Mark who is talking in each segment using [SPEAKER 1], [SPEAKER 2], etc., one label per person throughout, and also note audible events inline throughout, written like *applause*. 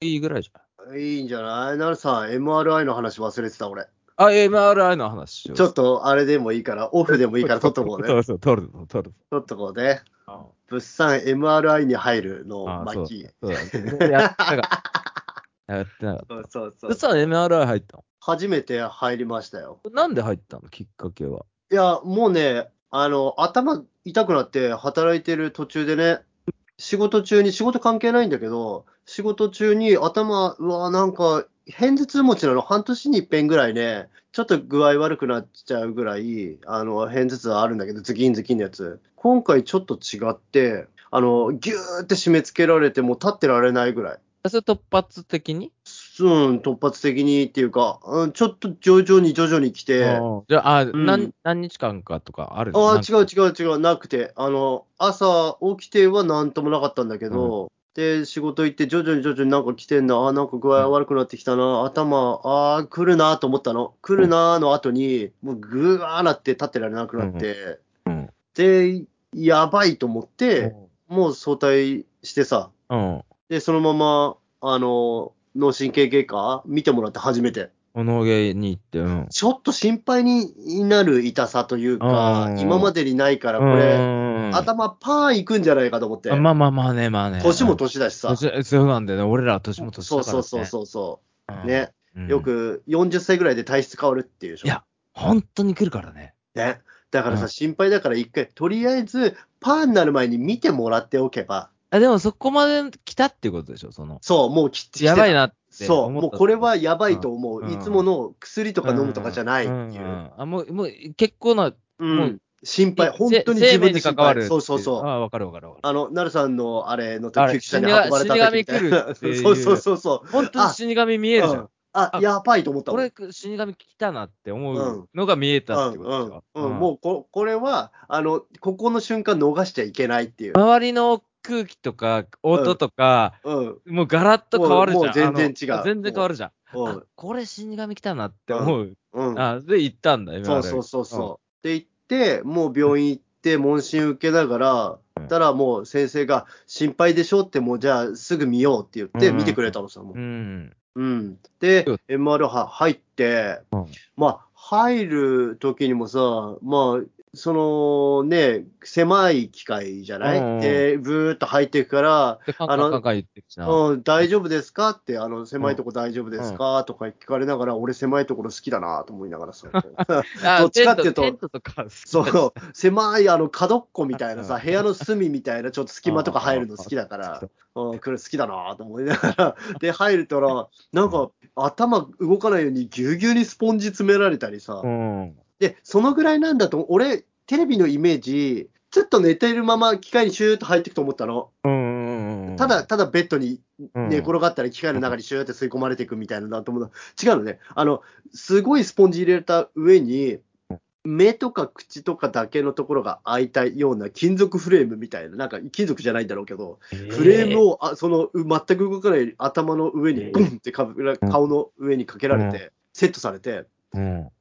[SPEAKER 1] いいぐらいじゃん。
[SPEAKER 2] いいんじゃないなるさん、MRI の話忘れてた、俺。
[SPEAKER 1] あ、MRI の話しよう
[SPEAKER 2] ちょっと、あれでもいいから、オフでもいい *laughs* から取っとこうね。
[SPEAKER 1] そ
[SPEAKER 2] 取
[SPEAKER 1] うそう、取るの、取る
[SPEAKER 2] っとこうね。
[SPEAKER 1] の。
[SPEAKER 2] 物産 MRI に入るの
[SPEAKER 1] ああ、そう
[SPEAKER 2] 巻。
[SPEAKER 1] そうだねやったか。やってなかっ
[SPEAKER 2] そうそう
[SPEAKER 1] た。
[SPEAKER 2] そ
[SPEAKER 1] で
[SPEAKER 2] う。
[SPEAKER 1] さ、MRI 入った
[SPEAKER 2] 初めて入りましたよ。
[SPEAKER 1] のなんで入ったのきっかけは。
[SPEAKER 2] いや、もうね、あの、頭痛くなって働いてる途中でね、仕事中に、仕事関係ないんだけど、仕事中に頭、うわ、なんか、偏頭痛持ちなの、半年に一遍ぐらいね、ちょっと具合悪くなっちゃうぐらい、あの、偏頭痛はあるんだけど、ズキンズキンのやつ。今回ちょっと違って、あの、ぎゅーって締め付けられて、もう立ってられないぐらい。
[SPEAKER 1] それ突発的に、
[SPEAKER 2] うん、突発的にっていうか、うん、ちょっと徐々に徐々に来て、
[SPEAKER 1] ああじゃあ、あ
[SPEAKER 2] ん
[SPEAKER 1] 何何日間かとかある
[SPEAKER 2] ああ、違う
[SPEAKER 1] う。
[SPEAKER 2] 違う違う、なくて、あの、朝起きてはなんともなかったんだけど、で、仕事行って徐々に徐々になんか来てんな、あーなんか具合悪くなってきたな、頭、ああ、来るなと思ったの。来るなの後に、もうぐわーなって立ってられなくなって、
[SPEAKER 1] うん
[SPEAKER 2] で、やばいと思って、もう早退してさ、
[SPEAKER 1] うん。
[SPEAKER 2] で、そのまま、あの、脳神経外科見てもらって初めて。
[SPEAKER 1] おのげに行って、うん。
[SPEAKER 2] ちょっと心配になる痛さという
[SPEAKER 1] う
[SPEAKER 2] か
[SPEAKER 1] ん、
[SPEAKER 2] 今までにないから、こ
[SPEAKER 1] う
[SPEAKER 2] れ、
[SPEAKER 1] ん
[SPEAKER 2] 頭パーンいくんじゃないかと思って
[SPEAKER 1] あ。まあまあまあね、まあね。
[SPEAKER 2] 年も年だしさ。
[SPEAKER 1] 年そうなんだよね。俺らは年も年だか
[SPEAKER 2] そう
[SPEAKER 1] ら、ね。
[SPEAKER 2] そうそうそうそう。
[SPEAKER 1] うん。
[SPEAKER 2] ね。
[SPEAKER 1] うん
[SPEAKER 2] よ。く40歳ぐらいで体質変わるっていうでしょ。
[SPEAKER 1] いや本当に来るからね。
[SPEAKER 2] ね。だから
[SPEAKER 1] う
[SPEAKER 2] さ、
[SPEAKER 1] ん
[SPEAKER 2] 心配だから一回、とりあえず、パーになる前に見てもらっておけば、
[SPEAKER 1] あでもそこまで来たってことでしょ、その。
[SPEAKER 2] そう、もうきっちり。
[SPEAKER 1] やばいなって
[SPEAKER 2] そう、もうこれはやばいと思
[SPEAKER 1] うん
[SPEAKER 2] う。いつもの薬と
[SPEAKER 1] と
[SPEAKER 2] か飲むとかじゃないっていう。
[SPEAKER 1] あもうもう結構な、
[SPEAKER 2] うん
[SPEAKER 1] もう
[SPEAKER 2] 心配、本当に
[SPEAKER 1] せ
[SPEAKER 2] 自
[SPEAKER 1] 生命
[SPEAKER 2] 分で
[SPEAKER 1] に関
[SPEAKER 2] 心
[SPEAKER 1] わる
[SPEAKER 2] 配。そうそうそう
[SPEAKER 1] あ。あ、わかるわかるわか
[SPEAKER 2] あの、なるさんのあれの
[SPEAKER 1] あれ
[SPEAKER 2] 時、救急車に運ばれた時みたい
[SPEAKER 1] 死神来る
[SPEAKER 2] な。
[SPEAKER 1] っていう
[SPEAKER 2] *laughs* そうそうそうそう。
[SPEAKER 1] る。本当に死神見えるじゃ。
[SPEAKER 2] うんあ、
[SPEAKER 1] あ
[SPEAKER 2] やばいと思ったもん
[SPEAKER 1] 俺、死神来たなって思
[SPEAKER 2] うん
[SPEAKER 1] うのが見えたって
[SPEAKER 2] う
[SPEAKER 1] こと
[SPEAKER 2] ん
[SPEAKER 1] でしょ。
[SPEAKER 2] うんうん、もうここれはあの、ここの瞬間逃しちゃいけないっていう。
[SPEAKER 1] 周りの空気とか音とか、
[SPEAKER 2] うん、
[SPEAKER 1] もうガラッと変わるじゃん。
[SPEAKER 2] もうもう全然
[SPEAKER 1] あ
[SPEAKER 2] 違う
[SPEAKER 1] の全然変わるじゃん。
[SPEAKER 2] う
[SPEAKER 1] あ
[SPEAKER 2] ん、
[SPEAKER 1] これ死神来たなって思う。
[SPEAKER 2] うん。
[SPEAKER 1] あで、行ったんだ、今。
[SPEAKER 2] そうそうそうそう。で、行って、もう病院行って、問診受けながら、たらもう先生が、心配でしょって、もうじゃあすぐ見ようって言って、
[SPEAKER 1] うん
[SPEAKER 2] 見てくれたのさ、もう
[SPEAKER 1] うん。
[SPEAKER 2] うん、で
[SPEAKER 1] うん、
[SPEAKER 2] MR は入って、
[SPEAKER 1] うん
[SPEAKER 2] まあ、入る時にもさ、まあ、そのね、狭い機械じゃない、
[SPEAKER 1] うんうん
[SPEAKER 2] で、ブーっと入っていくから、
[SPEAKER 1] で、カンカンカンカン言ってきた。
[SPEAKER 2] うん、大丈夫ですかって、あの、狭いとこ大丈夫ですか、とか聞かれながら、俺狭いところ好きだなと思いながらさ、
[SPEAKER 1] あ
[SPEAKER 2] どっちかっていうと
[SPEAKER 1] テントテントとか好きだし
[SPEAKER 2] *laughs* そう、狭いあの角っこみたいなさ、
[SPEAKER 1] うん
[SPEAKER 2] 部屋の隅みたいなちょっと隙間とか入るの好きだから、うん、これ好きだなと思いながら、 *laughs* で、入るたら、なんか頭動かないようにぎゅうぎゅうにスポンジ詰められたりさ
[SPEAKER 1] う、ん。
[SPEAKER 2] で、そのぐらいなんだと、俺、テレビのイメージ、ちょっと寝ているまま機械にシューッと入っていくと思ったの。
[SPEAKER 1] うんうんうん
[SPEAKER 2] ただ、、ただベッドに
[SPEAKER 1] うん
[SPEAKER 2] 寝転がったり、機械の中にシューって吸い込まれていくみたいなのだと思うの。違うのね。あの、すごいスポンジ入れた上に、目とか口とかだけのところが開いたような金属フレームみたいな、なんか金属じゃないんだろうけど、フレーム
[SPEAKER 1] を
[SPEAKER 2] をあそのう全く動かない頭の上にゴンってかぶら顔の上にかけられて、セットされて、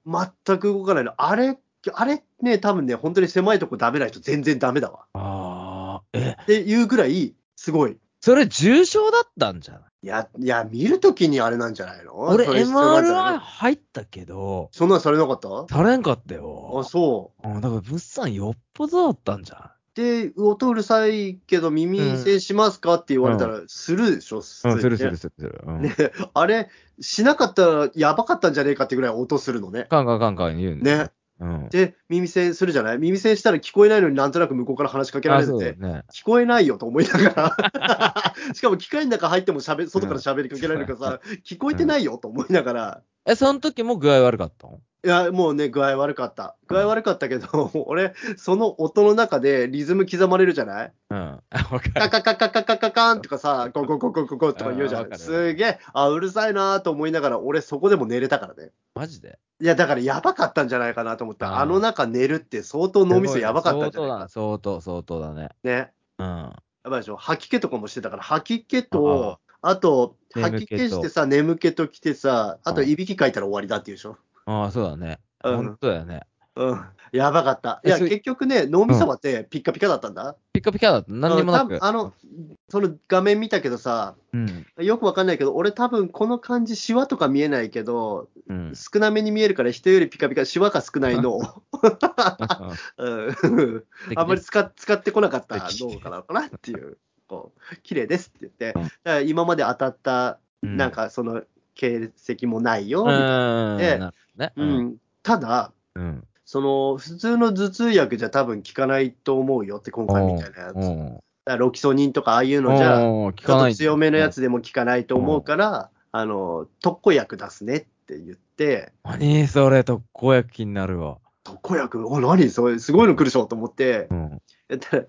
[SPEAKER 2] 全く動かないの。あれ、あれね、多分ね、本当に狭いとこダメな人全然ダメだわ。
[SPEAKER 1] ああ、え、
[SPEAKER 2] っていうぐらい、すごい。
[SPEAKER 1] それ重症だったんじゃない
[SPEAKER 2] いや、いや、見るときにあれなんじゃないの
[SPEAKER 1] 俺、
[SPEAKER 2] それ必要なんじゃない
[SPEAKER 1] MRI 入ったけど、
[SPEAKER 2] そんなんされなかった
[SPEAKER 1] 足れんかった
[SPEAKER 2] あ、
[SPEAKER 1] よ。
[SPEAKER 2] そ
[SPEAKER 1] うんだから、物産よっぽどだったんじゃ
[SPEAKER 2] う。で、音うるさいけど耳栓しますかって言われたら、するでしょ、す
[SPEAKER 1] ないうんするするするする。うん
[SPEAKER 2] ねあれ、しなかったらやばかったんじゃねえかってぐらい音するのね。
[SPEAKER 1] カンカンカンカン言うんだよ。
[SPEAKER 2] ね。
[SPEAKER 1] うん。
[SPEAKER 2] で、耳栓するじゃない耳栓したら聞こえないのになんとなく向こうから話しかけら
[SPEAKER 1] あ
[SPEAKER 2] れて
[SPEAKER 1] そうだ
[SPEAKER 2] て
[SPEAKER 1] よ、ね。
[SPEAKER 2] 聞こえないよと思いながら、
[SPEAKER 1] *laughs*
[SPEAKER 2] しかも機械の中入ってもしゃべ外から喋りかけられるからさ、聞こえてないよと思いながら、
[SPEAKER 1] え、その時も具合悪かったの
[SPEAKER 2] いや、もうね、具合悪かった。具合悪かったけど、 *laughs* 俺、その音の中でリズム刻まれるじゃない
[SPEAKER 1] うん。あ *laughs* わか
[SPEAKER 2] カ
[SPEAKER 1] る。
[SPEAKER 2] カカカカカカカンとかさ、コンコンコンコンコンコンとか言うじ
[SPEAKER 1] あ
[SPEAKER 2] ゃ
[SPEAKER 1] わか
[SPEAKER 2] ん。
[SPEAKER 1] る
[SPEAKER 2] すげえ、あ、うるさいなーと思いながら、俺そこでも寝れたからね。
[SPEAKER 1] マジで
[SPEAKER 2] いや、だからやばかったんじゃないかなと思っ
[SPEAKER 1] う
[SPEAKER 2] た。
[SPEAKER 1] ん
[SPEAKER 2] あの中寝るって相当脳みそやばかったんじゃないか
[SPEAKER 1] 相当だ、相当だね。
[SPEAKER 2] な。ね。
[SPEAKER 1] うん。
[SPEAKER 2] やばいでしょ。吐き気とかもしてたから、吐き気と、あと、吐き気してさ、眠気と来てさ、あと、
[SPEAKER 1] うん
[SPEAKER 2] いびきかいたら終わりだっていうでしょ。
[SPEAKER 1] ああ、そうだね。
[SPEAKER 2] うん
[SPEAKER 1] 本当だよね。
[SPEAKER 2] うん。やばかった。いや、
[SPEAKER 1] えそれ
[SPEAKER 2] 結局ね、脳みそはってピッカピカだったんだ。
[SPEAKER 1] ピッカピカだった。何にもな
[SPEAKER 2] うん多
[SPEAKER 1] く
[SPEAKER 2] 分。あの、その画面見たけどさ、
[SPEAKER 1] うん。
[SPEAKER 2] よくわかんないけど、俺多分この感じ、シワとか見えないけど、
[SPEAKER 1] うん。
[SPEAKER 2] 少なめに見えるから人よりピカピカ、シワが少ない脳。
[SPEAKER 1] *laughs*
[SPEAKER 2] うん。あんまり使っ使ってこなかった脳かなのかなっていう。こう、綺麗ですって言って、
[SPEAKER 1] うん
[SPEAKER 2] だから今まで当たった、
[SPEAKER 1] うん、
[SPEAKER 2] なんかその形跡もないよ
[SPEAKER 1] う
[SPEAKER 2] みたいな、
[SPEAKER 1] ん、
[SPEAKER 2] ええ
[SPEAKER 1] なるほどね。
[SPEAKER 2] うん。ただ、
[SPEAKER 1] うん。
[SPEAKER 2] その、普通の頭痛薬じゃ多分効かないと思うよって、今回みたいなやつ。だからロキソニンとかああいうのじゃ、
[SPEAKER 1] おー聞
[SPEAKER 2] ちょ
[SPEAKER 1] か
[SPEAKER 2] っ
[SPEAKER 1] な
[SPEAKER 2] と
[SPEAKER 1] い。
[SPEAKER 2] 強めのや。つでも効かないと思うから、あの、特効薬出すねって言って、
[SPEAKER 1] 何それ、特効薬気になるわ。
[SPEAKER 2] 特効薬お、何それ、すごいの来るでしょと思って *laughs*
[SPEAKER 1] う、ん。
[SPEAKER 2] やったら、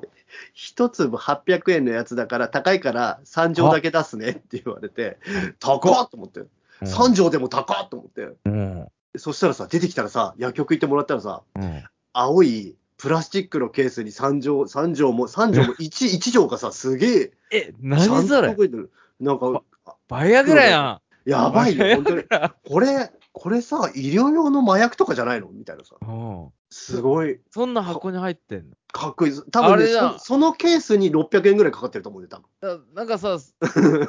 [SPEAKER 2] 一粒800円のやつだから、高いから3錠だけ出すねって言われて、高っと思って、3錠でも高っと思って、
[SPEAKER 1] うん。
[SPEAKER 2] そしたらさ、出てきたらさ、薬局行ってもらったらさ、
[SPEAKER 1] うん。
[SPEAKER 2] 青いプラスチックのケースに3錠、3錠も、3錠も1、1錠がさ、すげえ、
[SPEAKER 1] え、何そ
[SPEAKER 2] ちゃん
[SPEAKER 1] れ
[SPEAKER 2] と動いてるなんか、
[SPEAKER 1] バイアグラや
[SPEAKER 2] やばいよ、本 *laughs* 当に。
[SPEAKER 1] ん。
[SPEAKER 2] これ、これさ、医療用の麻薬とかじゃないのみたいなさ。
[SPEAKER 1] うん
[SPEAKER 2] すごい、
[SPEAKER 1] そんな箱に入ってんの
[SPEAKER 2] かっこいいです。多分
[SPEAKER 1] あ
[SPEAKER 2] ね
[SPEAKER 1] れだ
[SPEAKER 2] そ、そのケースに600円ぐらいかかってると思うんで、多分。
[SPEAKER 1] だなんか
[SPEAKER 2] *laughs*
[SPEAKER 1] さ、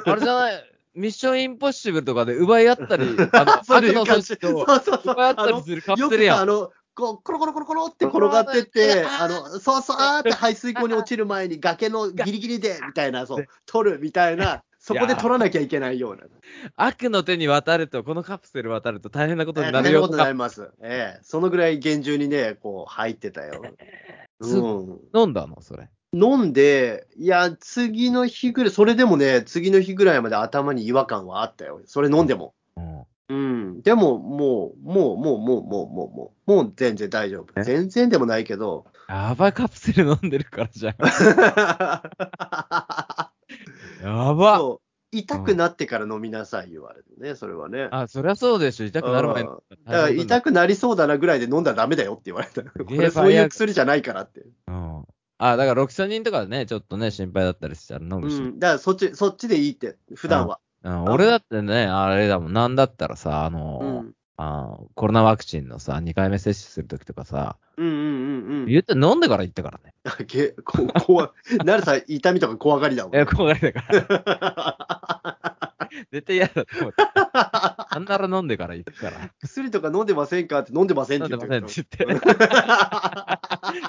[SPEAKER 1] あれじゃない、ミッションインポッシブルとかで奪い合ったり、
[SPEAKER 2] *laughs*
[SPEAKER 1] あの
[SPEAKER 2] そ
[SPEAKER 1] 悪
[SPEAKER 2] ういう
[SPEAKER 1] の
[SPEAKER 2] 感
[SPEAKER 1] 組
[SPEAKER 2] じ
[SPEAKER 1] 織を
[SPEAKER 2] そうそうそう
[SPEAKER 1] 奪い合っ
[SPEAKER 2] あ
[SPEAKER 1] た
[SPEAKER 2] の
[SPEAKER 1] りするカプ
[SPEAKER 2] よ
[SPEAKER 1] セル
[SPEAKER 2] くさ、
[SPEAKER 1] や
[SPEAKER 2] あ
[SPEAKER 1] ん。
[SPEAKER 2] の、こう、コロコロコロコロって転がってって、あの、そうそう、あーって排水溝に落ちる *laughs* 前に崖のギリギリで、みたいな、そう、取るみたいな、そこで取らなきゃいけないような。
[SPEAKER 1] 悪の手に渡ると、このカプセル渡ると大変なことに
[SPEAKER 2] 大
[SPEAKER 1] なる
[SPEAKER 2] 変な
[SPEAKER 1] よ
[SPEAKER 2] こととにな
[SPEAKER 1] か
[SPEAKER 2] り。ます。ええ、そのぐらい厳重にね、こう、入ってた *laughs* よ。
[SPEAKER 1] す
[SPEAKER 2] うん。
[SPEAKER 1] 飲んだのそれ。
[SPEAKER 2] 飲んで、いや、次の日ぐらい、それでもね、次の日ぐらいまで頭に違和感はあったよ。それ飲んでも。
[SPEAKER 1] うん
[SPEAKER 2] うん。でも、もう、もう、もう、もう、もう、もう、もう、もう全然大丈夫。
[SPEAKER 1] え
[SPEAKER 2] 全然でもないけど。
[SPEAKER 1] やばいカプセル飲んでるから
[SPEAKER 2] *laughs*
[SPEAKER 1] じゃん。やば
[SPEAKER 2] そう痛くなってから飲みなさい、言われてね、それはね。
[SPEAKER 1] あ、そりゃそうでしょ。痛くなる前に
[SPEAKER 2] うんだから痛くなりそうだなぐらいで飲んだらダメだよって言われた。こ
[SPEAKER 1] げえ
[SPEAKER 2] れそう
[SPEAKER 1] バイ
[SPEAKER 2] い
[SPEAKER 1] ア
[SPEAKER 2] う
[SPEAKER 1] グ
[SPEAKER 2] 薬じゃないからって。
[SPEAKER 1] うん。あ、だからロキソニンとかね、ちょっとね、心配だったりしたら飲
[SPEAKER 2] う
[SPEAKER 1] むし。
[SPEAKER 2] ん。だからそっち、そっちでいいって、普段は。
[SPEAKER 1] うん、俺だってね、あれだもん、なんだったらさ、あの、
[SPEAKER 2] うん。うん
[SPEAKER 1] あのコロナワクチンのさ、2回目接種するときとかさ、
[SPEAKER 2] うんうんうん。
[SPEAKER 1] 言って飲んでから行ったからね。
[SPEAKER 2] あげこ怖い。なるさん、痛みとか怖がりだもん。
[SPEAKER 1] え、怖がりだから。
[SPEAKER 2] *laughs*
[SPEAKER 1] 絶対嫌だと思って。なんなら飲んでから行くから。
[SPEAKER 2] 薬とか飲んでませんかって飲んでません
[SPEAKER 1] 飲
[SPEAKER 2] っ
[SPEAKER 1] ん
[SPEAKER 2] て
[SPEAKER 1] で
[SPEAKER 2] 言
[SPEAKER 1] ま
[SPEAKER 2] って
[SPEAKER 1] せ
[SPEAKER 2] る
[SPEAKER 1] んって言って。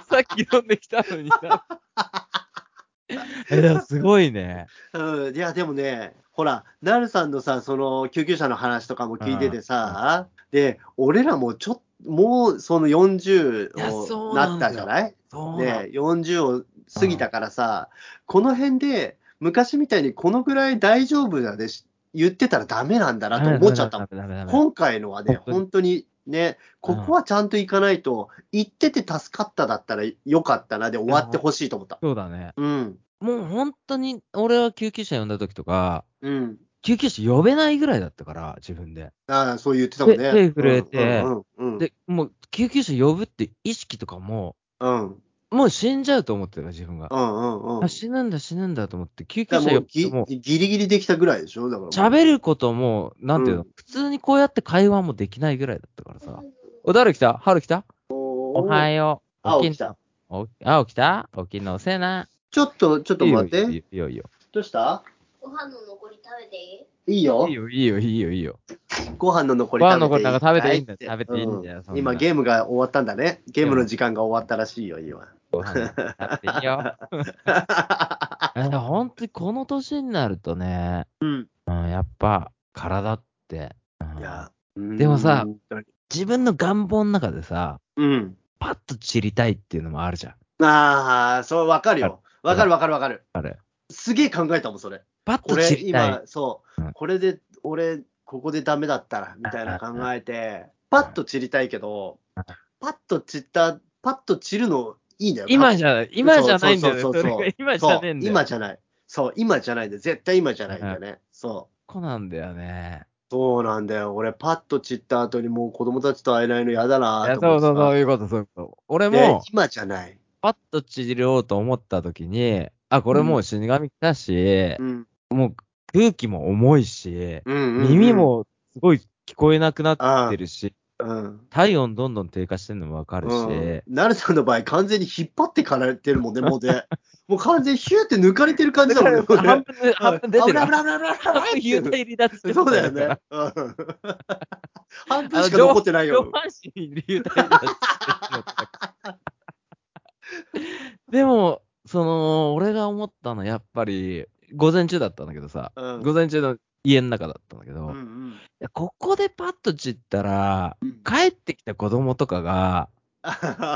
[SPEAKER 1] *laughs* さっき飲んできたのにさ。 *laughs* え、でもすごいね。
[SPEAKER 2] うん、いや、でもね、ほら、なるさんのさ、その救急車の話とかも聞いててさ、で、俺らもちょっと、もうその40
[SPEAKER 1] いやそ
[SPEAKER 2] を
[SPEAKER 1] うな
[SPEAKER 2] な
[SPEAKER 1] だ
[SPEAKER 2] んっ
[SPEAKER 1] よ
[SPEAKER 2] たじゃない
[SPEAKER 1] そうなん
[SPEAKER 2] ね、40を過ぎたからさ、この辺で昔みたいにこのぐらい大丈夫だでし言ってたらダメなんだなと思っちゃったもん。
[SPEAKER 1] ダメダメダメダメ
[SPEAKER 2] 今回のはね、本
[SPEAKER 1] 本
[SPEAKER 2] 当にね、ここはちゃんと行かないと、行ってて助かっただったらよかったなで終わってほしいと思った。
[SPEAKER 1] そうだね。
[SPEAKER 2] うん、
[SPEAKER 1] もう本当に、俺は救急車呼んだときとか、
[SPEAKER 2] うん。
[SPEAKER 1] 救急車呼べないぐらいだったから、自分で。
[SPEAKER 2] ああ、そう言ってたもんね。
[SPEAKER 1] 手手震えて
[SPEAKER 2] うん、うん、
[SPEAKER 1] で、もう救急車呼ぶって意識とかも、
[SPEAKER 2] うん、うん、
[SPEAKER 1] もう死んじゃうと思ってたから、自分が。
[SPEAKER 2] うん、うん。うん
[SPEAKER 1] あ死ぬんだ、死ぬんだと思って、救急
[SPEAKER 2] だか
[SPEAKER 1] 車
[SPEAKER 2] らも
[SPEAKER 1] 呼ぶ
[SPEAKER 2] うぎ
[SPEAKER 1] ともう、
[SPEAKER 2] ギリギリできたぐらいでしょだから。
[SPEAKER 1] 喋ることも、なんていうの、
[SPEAKER 2] うん
[SPEAKER 1] 普通にこうやって会話もできないぐらいだったからさ。お、誰来た春来たおは
[SPEAKER 2] よ
[SPEAKER 1] よう。
[SPEAKER 2] あ、
[SPEAKER 1] 起
[SPEAKER 2] 起
[SPEAKER 1] ん
[SPEAKER 2] きた。
[SPEAKER 1] おあ、起きた起きのせな。
[SPEAKER 2] ちょっと、ちょっと待
[SPEAKER 1] い
[SPEAKER 2] っ
[SPEAKER 1] い
[SPEAKER 2] て。
[SPEAKER 1] よ、いいよ、いいよ。
[SPEAKER 2] どうした
[SPEAKER 3] ご飯の残り食べていい
[SPEAKER 2] いいよ
[SPEAKER 1] いい。よ、いいよ、いいよ、いいよ。
[SPEAKER 2] ご飯の残り
[SPEAKER 1] ご
[SPEAKER 2] 食
[SPEAKER 1] 飯の
[SPEAKER 2] べ
[SPEAKER 1] 残り
[SPEAKER 2] ていい
[SPEAKER 1] なんか食べていいんだよ
[SPEAKER 2] って
[SPEAKER 1] 食べていいんだよ
[SPEAKER 2] うん
[SPEAKER 1] そんな
[SPEAKER 2] 今、ゲームが終わったんだね。ゲームの時間が終わったらしいよ、今。
[SPEAKER 1] ご飯食べていい
[SPEAKER 2] *laughs*
[SPEAKER 1] よ。え本当にこの年になるとね、
[SPEAKER 2] うん。
[SPEAKER 1] うん、やっぱ体って、うん
[SPEAKER 2] いや。
[SPEAKER 1] でもさ
[SPEAKER 2] 本当に、
[SPEAKER 1] 自分の願望の中でさ、
[SPEAKER 2] うん。
[SPEAKER 1] パッと散りたいっていうのもあるじゃん。
[SPEAKER 2] ああ、そう、わかるよ。わかるわかるわかる。
[SPEAKER 1] あれ。
[SPEAKER 2] すげえ考えたもん、それ。
[SPEAKER 1] パッ
[SPEAKER 2] ことれ
[SPEAKER 1] 散、りたい。
[SPEAKER 2] 今、そう
[SPEAKER 1] う。ん
[SPEAKER 2] これで、俺、ここでダメだったら、みたいな考えて、パッと散りたいけど、パッと散った、パッと散るのいいんだよ。
[SPEAKER 1] 今じゃない、今じゃないんだよね。
[SPEAKER 2] そうそうそうそ
[SPEAKER 1] そ
[SPEAKER 2] う
[SPEAKER 1] れが今じ
[SPEAKER 2] そ
[SPEAKER 1] ゃ
[SPEAKER 2] う
[SPEAKER 1] ねえんだよ。
[SPEAKER 2] 今じゃない。そう、今じゃないで、絶対今じゃないんだよね。そう。
[SPEAKER 1] こなんだよね。
[SPEAKER 2] そうなんだよ。俺、パッと散った後にもう子供たちと会えないの嫌だ
[SPEAKER 1] い
[SPEAKER 2] な
[SPEAKER 1] や、
[SPEAKER 2] と
[SPEAKER 1] そ
[SPEAKER 2] 思っ
[SPEAKER 1] う
[SPEAKER 2] て
[SPEAKER 1] そう、そう
[SPEAKER 2] さ
[SPEAKER 1] いうこと、そういうこと。俺
[SPEAKER 2] で
[SPEAKER 1] も、
[SPEAKER 2] 今じゃない。
[SPEAKER 1] パッと散ろうと思った時に、あ、これもう死神来たし
[SPEAKER 2] う、ん。
[SPEAKER 1] 空気も重いし、
[SPEAKER 2] うんうんうん
[SPEAKER 1] 耳、もすごい聞こえなくなってるし、
[SPEAKER 2] うん。
[SPEAKER 1] 体温どんどん低下してるのもわかるし、
[SPEAKER 2] うん、なるさんの場合、完全に引っ張ってかれてるもんね、もう
[SPEAKER 1] *laughs*
[SPEAKER 2] ね。もう完全にヒューって抜かれてる感じだもんね、もう
[SPEAKER 1] 半
[SPEAKER 2] ね。
[SPEAKER 1] 分、半分出てる。
[SPEAKER 2] 危ない危ない危ない危ない
[SPEAKER 1] 幽体離脱してる
[SPEAKER 2] そうだよね。うん半分しか残ってない
[SPEAKER 1] 上
[SPEAKER 2] よ。
[SPEAKER 1] 半身に流体だ *laughs* でも、その、俺が思ったのはやっぱり、午前中だったんだけどさ、
[SPEAKER 2] うん
[SPEAKER 1] 午前中の家の中だったんだけど、
[SPEAKER 2] うんう
[SPEAKER 1] い
[SPEAKER 2] ん
[SPEAKER 1] やここでパッと散ったら、帰ってきた子供とかが、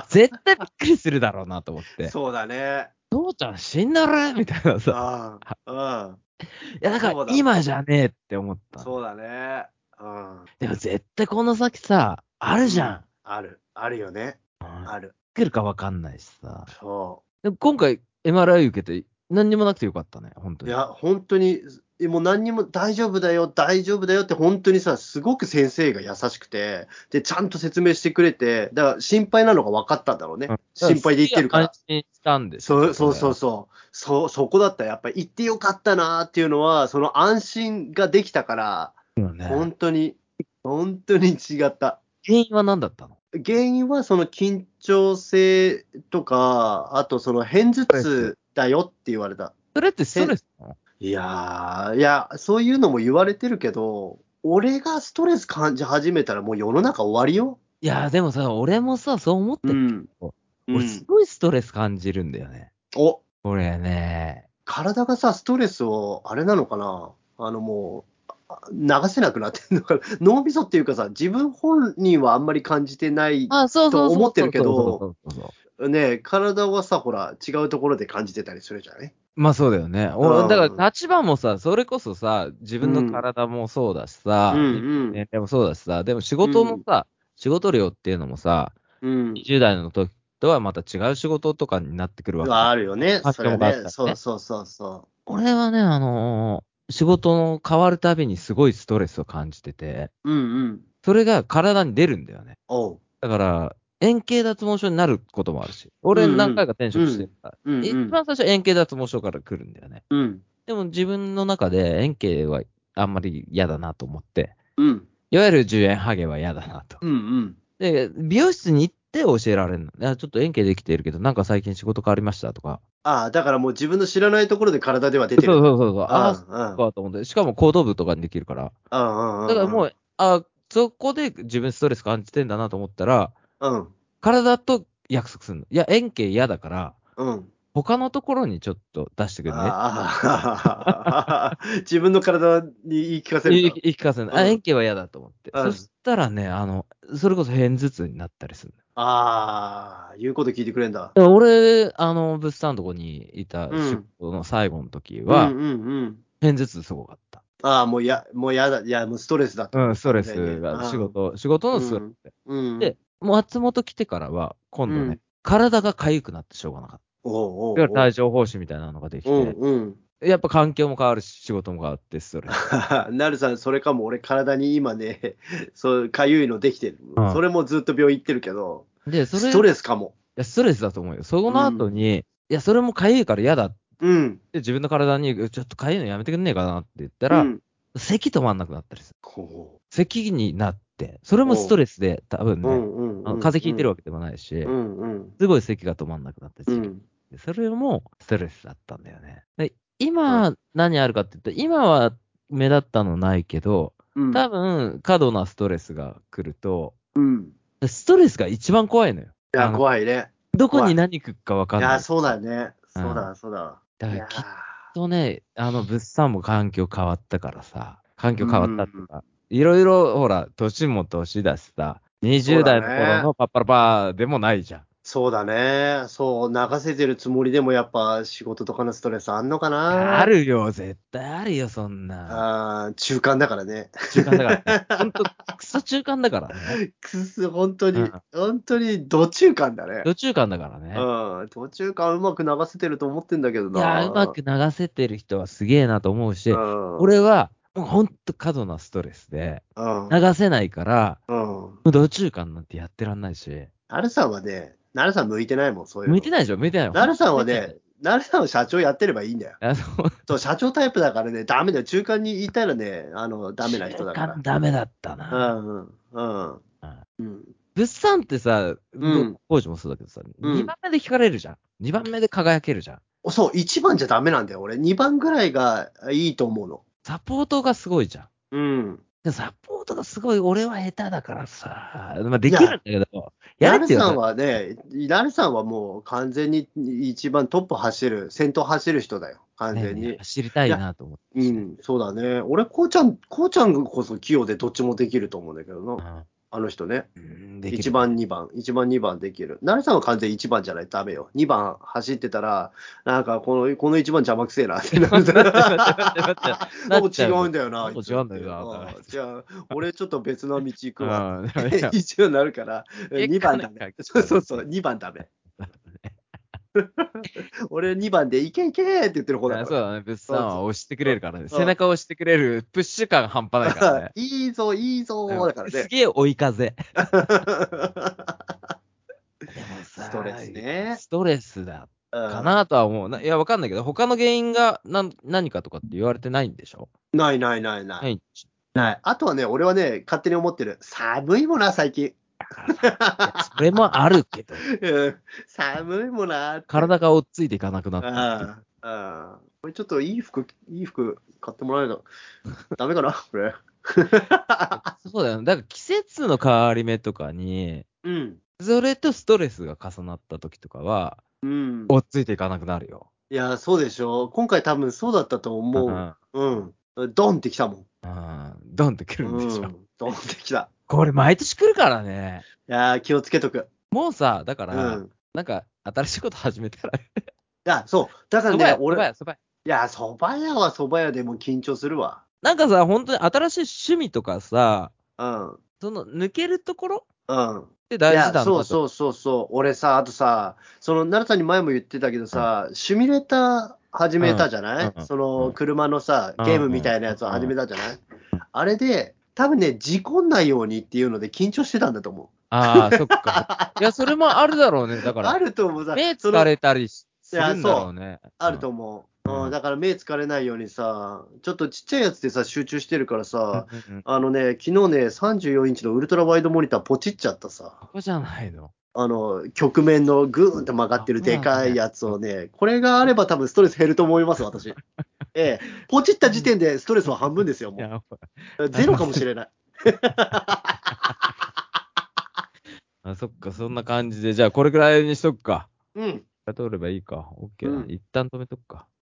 [SPEAKER 1] 絶対びっくりするだろうなと思って、
[SPEAKER 2] そうだね。
[SPEAKER 1] 父ちゃん死んだるみたいなさ、
[SPEAKER 2] ああ、
[SPEAKER 1] いや、だか
[SPEAKER 2] そう
[SPEAKER 1] ら
[SPEAKER 2] だ
[SPEAKER 1] 今じゃねえって思っ
[SPEAKER 2] うん、
[SPEAKER 1] た。
[SPEAKER 2] そうだね。うん、
[SPEAKER 1] でも絶対この先さ、あるじゃん。
[SPEAKER 2] ある、あるよね。
[SPEAKER 1] うん
[SPEAKER 2] ある。
[SPEAKER 1] 来るか分かんないしさ。
[SPEAKER 2] そ
[SPEAKER 1] でも今回 MRI 受けて何にもなくてよかったね、本当
[SPEAKER 2] う。
[SPEAKER 1] に。
[SPEAKER 2] いや、本当に、もう何にも大丈夫だよ、大丈夫だよって、本当にさ、すごく先生が優しくて、で、ちゃんと説明してくれて、だから心配なのが分かったんだろうね。
[SPEAKER 1] うん
[SPEAKER 2] 心配で言ってるから
[SPEAKER 1] 安。心したんです
[SPEAKER 2] そうそうそう
[SPEAKER 1] う。
[SPEAKER 2] そう。そ、そこだった。やっぱ行ってよかったなーっていうのは、その安心ができたから、
[SPEAKER 1] そうね
[SPEAKER 2] 本当に、本当に違った。
[SPEAKER 1] 原因は何だったの
[SPEAKER 2] 原因はその緊張性とか、あとその片頭痛だよって言われた。
[SPEAKER 1] それってストレスなの
[SPEAKER 2] いやー、いや、そういうのも言われてるけど、俺がストレス感じ始めたらもう世の中終わりよ。
[SPEAKER 1] いや、でもさ、俺もさ、そう思って、
[SPEAKER 2] ん。う
[SPEAKER 1] 俺す
[SPEAKER 2] ん、
[SPEAKER 1] ごいストレス感じるんだよね。
[SPEAKER 2] お
[SPEAKER 1] 俺ね、
[SPEAKER 2] 体がさ、ストレスを、あれなのかなあのもう、あ流せなくなってんのかな *laughs* 脳みそっていうかさ、自分本人はあんまり感じてない、
[SPEAKER 1] あ、そう
[SPEAKER 2] そうそうそうと思ってるけど
[SPEAKER 1] そうそうそう
[SPEAKER 2] ね、体はさ、ほら、違うところで感じてたりするじゃない
[SPEAKER 1] まあそうだよね。
[SPEAKER 2] う
[SPEAKER 1] 俺
[SPEAKER 2] ん
[SPEAKER 1] だから立場もさ、それこそさ、自分の体もそうだしさ、
[SPEAKER 2] うんうん
[SPEAKER 1] 年齢もそうだしさ、でも仕事もさ、仕事量っていうのもさ、
[SPEAKER 2] うん。
[SPEAKER 1] 20代の時とはまた違う仕事とかになってくるわけ。
[SPEAKER 2] あるよね
[SPEAKER 1] あ。
[SPEAKER 2] それ
[SPEAKER 1] でもあった
[SPEAKER 2] ね。
[SPEAKER 1] ね
[SPEAKER 2] そうそうそうそ
[SPEAKER 1] 俺はね、あのー仕事の変わるたびにすごいストレスを感じてて、
[SPEAKER 2] う。うんうん。
[SPEAKER 1] それが体に出るんだよね。
[SPEAKER 2] おう。
[SPEAKER 1] だから、円形脱毛症になることもあるし、俺
[SPEAKER 2] うんうん
[SPEAKER 1] 何回か転職してるから、
[SPEAKER 2] うん、うん。
[SPEAKER 1] 一番最初円形脱毛症から来るんだよね。
[SPEAKER 2] うん。
[SPEAKER 1] でも自分の中で円形はあんまり嫌だなと思って、
[SPEAKER 2] うん。
[SPEAKER 1] いわゆる10円ハゲは嫌だなと。
[SPEAKER 2] うんうん。
[SPEAKER 1] で、美容室に行って教えられるの。いやちょっと円形できてるけど、なんか最近仕事変わりましたとか。
[SPEAKER 2] ああ、だからもう自分の知らないところで体では出てる。
[SPEAKER 1] そうそうそうそう。ああ、そっ
[SPEAKER 2] あ
[SPEAKER 1] かと思って。しかも後頭部とかにできるから。
[SPEAKER 2] あ、うん。
[SPEAKER 1] だからも
[SPEAKER 2] う
[SPEAKER 1] う、あそこで自分ストレス感じてんだなと思ったら、
[SPEAKER 2] ん、
[SPEAKER 1] 体と約束するの。いや、円形嫌だから、
[SPEAKER 2] うん。うん。
[SPEAKER 1] 他のところにちょっと出してくれね。
[SPEAKER 2] ああ *laughs* 自分の体に言い聞かせ
[SPEAKER 1] 言
[SPEAKER 2] る
[SPEAKER 1] い言い聞かせるの。あ、
[SPEAKER 2] うん
[SPEAKER 1] 円形は嫌だと思って。
[SPEAKER 2] うん
[SPEAKER 1] そしたらね、あの、それこそ偏頭痛になったりするの。
[SPEAKER 2] ああ、言うこと聞いてくれんだ。
[SPEAKER 1] で俺、あの、物産のとこにいた
[SPEAKER 2] うん
[SPEAKER 1] 仕事の最後の時
[SPEAKER 2] う
[SPEAKER 1] は
[SPEAKER 2] ん、うんうん。
[SPEAKER 1] 偏頭痛すごかった。
[SPEAKER 2] ああ、もうや、もうやだ、いや、もうストレスだと。
[SPEAKER 1] うん、ストレ
[SPEAKER 2] そうだよね
[SPEAKER 1] スが、
[SPEAKER 2] うん
[SPEAKER 1] 仕事、仕事のストレス。
[SPEAKER 2] うん。
[SPEAKER 1] でもう松本来てからは、今度ね、
[SPEAKER 2] うん
[SPEAKER 1] 体が痒くなってしょうがなかっ
[SPEAKER 2] おうおうお
[SPEAKER 1] た。
[SPEAKER 2] う
[SPEAKER 1] だから帯状疱疹みたいなのができて、
[SPEAKER 2] うんうん。
[SPEAKER 1] やっぱ環境も変わるし、仕事も変わって、ストレス。
[SPEAKER 2] なるさん、そ *laughs* れかも俺、体に今ね、 *laughs* そう、かゆいのできてる。
[SPEAKER 1] うん
[SPEAKER 2] それもずっと病院行ってるけど、
[SPEAKER 1] で、それ、
[SPEAKER 2] ストレスかも。
[SPEAKER 1] いやストレスだと思うよ。その後に、いや、それも痒いから嫌だって
[SPEAKER 2] うん。
[SPEAKER 1] 自分の体に、ちょっと痒いのやめてくんねえかなって言ったら、
[SPEAKER 2] うん
[SPEAKER 1] 咳止まんなくなったりする。
[SPEAKER 2] こ
[SPEAKER 1] 咳になって、それもストレスで、多分
[SPEAKER 2] う
[SPEAKER 1] ね、
[SPEAKER 2] うんうんうん
[SPEAKER 1] あ
[SPEAKER 2] う
[SPEAKER 1] の
[SPEAKER 2] ん。
[SPEAKER 1] 風邪ひいてるわけでもないし、
[SPEAKER 2] うんうん。
[SPEAKER 1] すごい咳が止まんなくなったりす
[SPEAKER 2] う
[SPEAKER 1] る。
[SPEAKER 2] ん。
[SPEAKER 1] でそれもストレスだったんだよね。で今、何あるかって言ったら、今は目立ったのないけど、
[SPEAKER 2] うん。
[SPEAKER 1] 多分、過度なストレスが来ると、
[SPEAKER 2] うん。
[SPEAKER 1] ストレスが一番怖いのよ。
[SPEAKER 2] いや、
[SPEAKER 1] あの
[SPEAKER 2] 怖いね。
[SPEAKER 1] どこ
[SPEAKER 2] 怖い
[SPEAKER 1] に何来るか分
[SPEAKER 2] い
[SPEAKER 1] かんない。
[SPEAKER 2] や、そうだね。
[SPEAKER 1] うん
[SPEAKER 2] そうだ、そうだ。
[SPEAKER 1] だ
[SPEAKER 2] い
[SPEAKER 1] か
[SPEAKER 2] や
[SPEAKER 1] らきっとね、あの、物産も環境変わったからさ、環境変わったっていうか、いろいろ、ほら、年も年だしさ、
[SPEAKER 2] そう
[SPEAKER 1] 20代
[SPEAKER 2] だね
[SPEAKER 1] の頃のパッパラパーでもないじゃん。
[SPEAKER 2] そうだね。そう、流せてるつもりでもやっぱ仕事とかのストレスあんのかな。
[SPEAKER 1] あ。るよ、絶対あるよ、そんな。
[SPEAKER 2] あー中間だからね。 *laughs*
[SPEAKER 1] 中間だから、ね。ほんと、クソ中間だからね。
[SPEAKER 2] くす、本当
[SPEAKER 1] う
[SPEAKER 2] に
[SPEAKER 1] ん、
[SPEAKER 2] 本当に、ど中間だね。
[SPEAKER 1] 途中間だからね。
[SPEAKER 2] うん、途中間うまく流せてると思ってんだけど
[SPEAKER 1] い
[SPEAKER 2] な。
[SPEAKER 1] や、うまく流せてる人はすげえなと思うし
[SPEAKER 2] う、ん、
[SPEAKER 1] 俺は、もうほんと過度なストレスで、
[SPEAKER 2] うん、
[SPEAKER 1] 流せないから、
[SPEAKER 2] うん。
[SPEAKER 1] もう途中間なんてやってらんないし、
[SPEAKER 2] なるさんはね、なるさん向いてないもん、そういうの。
[SPEAKER 1] 向いてないでしょ、向いてない。
[SPEAKER 2] なるさんは
[SPEAKER 1] ほと
[SPEAKER 2] ね、なるさんは社長やってればいいんだよ。
[SPEAKER 1] 向いてない、あの、
[SPEAKER 2] そう、社長タイプだからね、ダメだよ。
[SPEAKER 1] *laughs*
[SPEAKER 2] 中間にいたらね、あの、ダメな人だか
[SPEAKER 1] 中
[SPEAKER 2] ら
[SPEAKER 1] 間。ダメだったな。
[SPEAKER 2] うん、うん、うん。うん。
[SPEAKER 1] 物産ってさ、
[SPEAKER 2] うん
[SPEAKER 1] 工事もそうだけどさ、
[SPEAKER 2] うん
[SPEAKER 1] 2番目で聞かれるじゃん。2番目で輝けるじゃん。
[SPEAKER 2] そう、1番じゃダメなんだよ、俺。2番ぐらいがいいと思うの。
[SPEAKER 1] サポートがすごいじゃん。
[SPEAKER 2] うん。
[SPEAKER 1] でサポートがすごい、俺は下手だからさ、まあ、できるんだけど、や
[SPEAKER 2] ラ
[SPEAKER 1] れっ
[SPEAKER 2] ル
[SPEAKER 1] てよ
[SPEAKER 2] さんはね、ラルさんはもう完全に一番トップ走る、先頭走る人だよ、完
[SPEAKER 1] ね
[SPEAKER 2] 全
[SPEAKER 1] ね
[SPEAKER 2] に。
[SPEAKER 1] 走りたいなと思って。
[SPEAKER 2] うん、そうだね。俺、こうちゃん、こうちゃんこそ器用でどっちもできると思うんだけど
[SPEAKER 1] う
[SPEAKER 2] な、
[SPEAKER 1] ん
[SPEAKER 2] あの人ね。
[SPEAKER 1] うんできる *laughs*
[SPEAKER 2] 1番、2番、1番、2番できる。ラルさんは完全1番じゃないとダメよ。2番走ってたら、なんかこの、この1番邪魔くせえなってなる。
[SPEAKER 1] な
[SPEAKER 2] *laughs* な
[SPEAKER 1] っ
[SPEAKER 2] ん
[SPEAKER 1] ち
[SPEAKER 2] か
[SPEAKER 1] ゃ
[SPEAKER 2] 違
[SPEAKER 1] う
[SPEAKER 2] うんだよな。
[SPEAKER 1] なんか
[SPEAKER 2] あいつ
[SPEAKER 1] 違うんだよな
[SPEAKER 2] あーじゃあ、俺ちょっと別の道行くわ。
[SPEAKER 1] うん
[SPEAKER 2] *laughs* 一応なるから、
[SPEAKER 1] え
[SPEAKER 2] 2番ダ
[SPEAKER 1] かな
[SPEAKER 2] メ
[SPEAKER 1] り。か
[SPEAKER 2] そうそうそう、2番ダメ。俺2番で、いけいけって言ってる方だ
[SPEAKER 1] あ
[SPEAKER 2] か
[SPEAKER 1] そう
[SPEAKER 2] ら。
[SPEAKER 1] だね、物産は押してくれるからね。
[SPEAKER 2] そう。
[SPEAKER 1] 背中を押してくれるプッシュ感半端ないからね
[SPEAKER 2] *laughs* いいぞ、いいぞ、だから
[SPEAKER 1] す
[SPEAKER 2] ね。
[SPEAKER 1] げえ追い
[SPEAKER 2] *laughs*
[SPEAKER 1] 風。
[SPEAKER 2] ストレスね
[SPEAKER 1] ストレスだか
[SPEAKER 2] か
[SPEAKER 1] なとは思う。ないや、わかんないけど、他の原因が何何かとかって言われてないんでしょ
[SPEAKER 2] ないないないない。
[SPEAKER 1] ない。
[SPEAKER 2] ない。あとはね、俺はね、勝手に思ってる。寒いもんな、最近。
[SPEAKER 1] それもあるけ
[SPEAKER 2] *laughs*
[SPEAKER 1] ど、
[SPEAKER 2] うん寒いもんな。
[SPEAKER 1] 体が追っついていかなくなったっていう。
[SPEAKER 2] ああ、ああ。これちょっといい服、いい服買ってもらえないと。ダメかな、これ。
[SPEAKER 1] そうだよね。だから季節の変わり目とかに、
[SPEAKER 2] うん。
[SPEAKER 1] それとストレスが重なった時とかは、
[SPEAKER 2] うん。
[SPEAKER 1] 追っついていかなくなるよ。
[SPEAKER 2] いや、そうでしょ。今回多分そうだったと思う。うん。ドンってきたもん。
[SPEAKER 1] うん。ドンってくるんでしょ。
[SPEAKER 2] うんドンってきた。
[SPEAKER 1] これ毎年来るからね。
[SPEAKER 2] いやー、気をつけとく。
[SPEAKER 1] もうさ、だか
[SPEAKER 2] う
[SPEAKER 1] ら、
[SPEAKER 2] ん。
[SPEAKER 1] なんか新しいこと始め
[SPEAKER 2] *laughs*
[SPEAKER 1] たら、
[SPEAKER 2] いや、そう。だから
[SPEAKER 1] そば
[SPEAKER 2] ね
[SPEAKER 1] や、、そば
[SPEAKER 2] 俺、
[SPEAKER 1] や、そばや。
[SPEAKER 2] いや、蕎麦屋は蕎麦屋でも緊張するわ。
[SPEAKER 1] なんかさ、本当に新しい趣味とかさ、
[SPEAKER 2] うん。うん。
[SPEAKER 1] その抜けるところ
[SPEAKER 2] うん。
[SPEAKER 1] って
[SPEAKER 2] い
[SPEAKER 1] 大事
[SPEAKER 2] や、
[SPEAKER 1] だなと
[SPEAKER 2] そうそうそうそう。俺さ、あとさ、その、奈良さんに前も言ってたけどさ、シミュレーター始めたじゃない、
[SPEAKER 1] うん
[SPEAKER 2] そうの
[SPEAKER 1] ん、
[SPEAKER 2] 車のさ、
[SPEAKER 1] うん
[SPEAKER 2] ゲームみたいなやつを始めたじゃない、あれで、多分ね、事故んないようにっていうので緊張してたんだと思
[SPEAKER 1] ああ、そっか。いや、それもあるだろうね。だ
[SPEAKER 2] う。
[SPEAKER 1] か
[SPEAKER 2] *laughs* あ
[SPEAKER 1] ら、
[SPEAKER 2] ると思うさ、
[SPEAKER 1] 目
[SPEAKER 2] その
[SPEAKER 1] 疲れたりするんだろうね。
[SPEAKER 2] あると思う。
[SPEAKER 1] うん
[SPEAKER 2] うん、だから目疲れないようにさ、ちょっとちっちゃいやつでさ、集中してるからさ、
[SPEAKER 1] うんうんうん
[SPEAKER 2] あのね、昨日ね、34インチのウルトラワイドモニターポチっちゃったさ、
[SPEAKER 1] ここじゃないの。
[SPEAKER 2] あの、曲面のグーンと曲がってるでかいやつをね、これがあれば多分ストレス減ると思います、私。ええ、ポチった時点でストレスは半分ですよ、
[SPEAKER 1] い
[SPEAKER 2] も
[SPEAKER 1] や、
[SPEAKER 2] う。ゼロかもしれない。
[SPEAKER 1] あそっか、そんな感じで、じゃあこれくらいにしとくか。
[SPEAKER 2] うん。
[SPEAKER 1] 例えればいいか。オッケーだね、
[SPEAKER 2] うん
[SPEAKER 1] 一旦止めとくか。